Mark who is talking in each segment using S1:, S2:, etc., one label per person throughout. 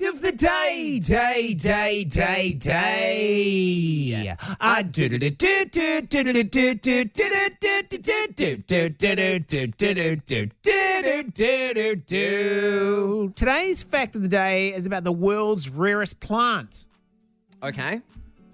S1: day, day, day, day, day. I do do do do do do do do do do do do do do do do do do do do do do do do.
S2: Today's fact of the day is about the world's rarest plant.
S1: Okay.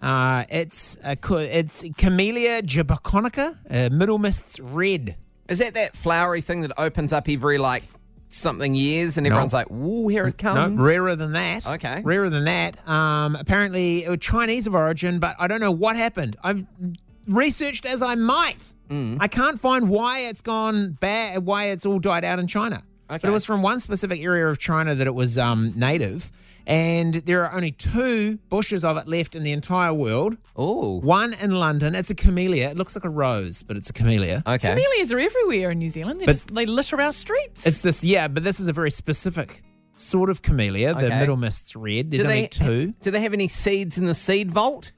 S2: Uh, it's a, co- it's Camellia japonica, uh, middle mists red.
S1: Is that that flowery thing that opens up every like something years and everyone's like, "Whoa, here it
S2: No,
S1: comes."
S2: rarer than that.
S1: Okay.
S2: Rarer than that. Um, apparently, it was Chinese of origin, but I don't know what happened. I've researched as I might.
S1: Mm.
S2: I can't find why it's gone bad, why it's all died out in China. But
S1: Okay.
S2: it was from one specific area of China that it was um, native. And there are only two bushes of it left in the entire world.
S1: Oh.
S2: One in London. It's a camellia. It looks like a rose, but it's a camellia.
S1: Okay.
S3: Camellias are everywhere in New Zealand. They
S2: But-
S3: just they litter our streets.
S2: It's this, yeah, but this is a very specific sort of camellia. The
S1: Okay.
S2: middle mist's red. There's
S1: Do
S2: only
S1: they-
S2: two.
S1: Do they have any seeds in the seed vault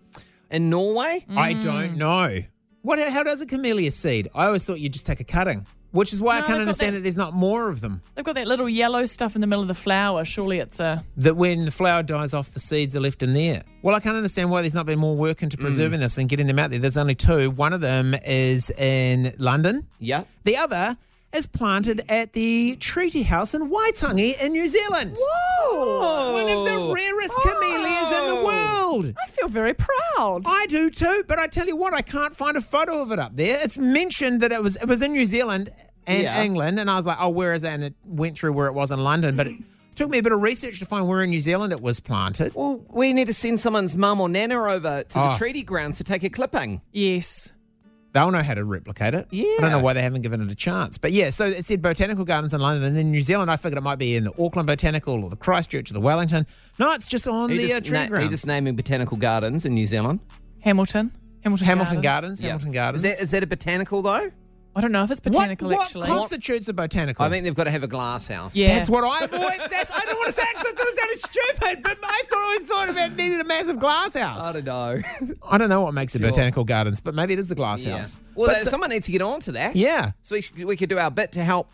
S1: in Norway?
S2: I don't know. Mm. What? How does a camellia seed? I always thought you just take a cutting, which is why I
S3: No,
S2: can't
S3: I've got
S2: understand
S3: that-
S2: that there's not more of them.
S3: They've got that little yellow stuff in the middle of the flower. Surely it's a
S2: That when the flower dies off, the seeds are left in there. Well, I can't understand why there's not been more work into preserving this and getting them out there. There's only two. One of them is in London.
S1: Yeah.
S2: The other is planted at the Treaty House in Waitangi in New Zealand.
S1: Whoa!
S2: Oh, One of
S1: Oh.
S2: the rarest camellias in the world.
S3: I feel very proud.
S2: I do too, but I tell you what, I can't find a photo of it up there. It's mentioned that it was it was in New Zealand and
S1: Yeah.
S2: England, and I was like, oh, where is it? And it went through where it was in London, but it took me a bit of research to find where in New Zealand it was planted.
S1: Well, we need to send someone's mum or nana over to
S2: Oh.
S1: the treaty grounds to take a clipping.
S3: yes.
S2: They'll know how to replicate it. I don't
S1: Yeah.
S2: know why they haven't given it a chance. But yeah, so it said botanical gardens in London, and then New Zealand. I figured it might be in the Auckland Botanical or the Christchurch or the Wellington. No, it's just on
S1: Are you
S2: the uh,
S1: just,
S2: tree
S1: na- are you
S2: grounds.
S1: just naming botanical gardens in New Zealand?
S3: Hamilton. Hamilton.
S2: Hamilton
S3: Gardens.
S2: Gardens.
S1: Yeah.
S2: Hamilton Gardens.
S1: Is that, is that a botanical though?
S3: I don't know if it's
S2: what,
S3: botanical
S2: what
S3: actually.
S2: constitutes a botanical?
S1: I think they've got to have a glass house.
S3: Yeah.
S2: That's what I thought. That's I don't want to say because I thought it sounded stupid, but I thought I was thought about needing a massive glass house.
S1: I don't know.
S2: know what makes it botanical gardens, but maybe it is the glass
S1: yeah.
S2: house.
S1: Well,
S2: But
S1: that-
S2: so-
S1: someone needs to get on to that.
S2: yeah.
S1: So we, should, we could do our bit to help.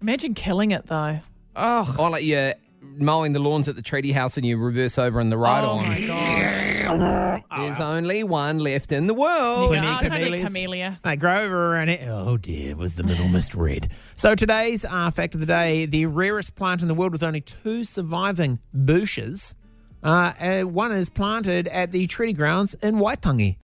S3: Imagine killing it though. Oh,
S1: Oh, like you're mowing the lawns at the treaty house and you reverse over in the right
S3: oh
S1: on.
S3: my god.
S1: There's only one left in the world.
S3: Yeah, I was only
S2: camellias.
S3: camellia.
S2: They grow over and it. Oh dear, was the middle mist red. So today's uh, fact of the day: the rarest plant in the world with only two surviving bushes. Uh, uh, one is planted at the treaty grounds in Waitangi.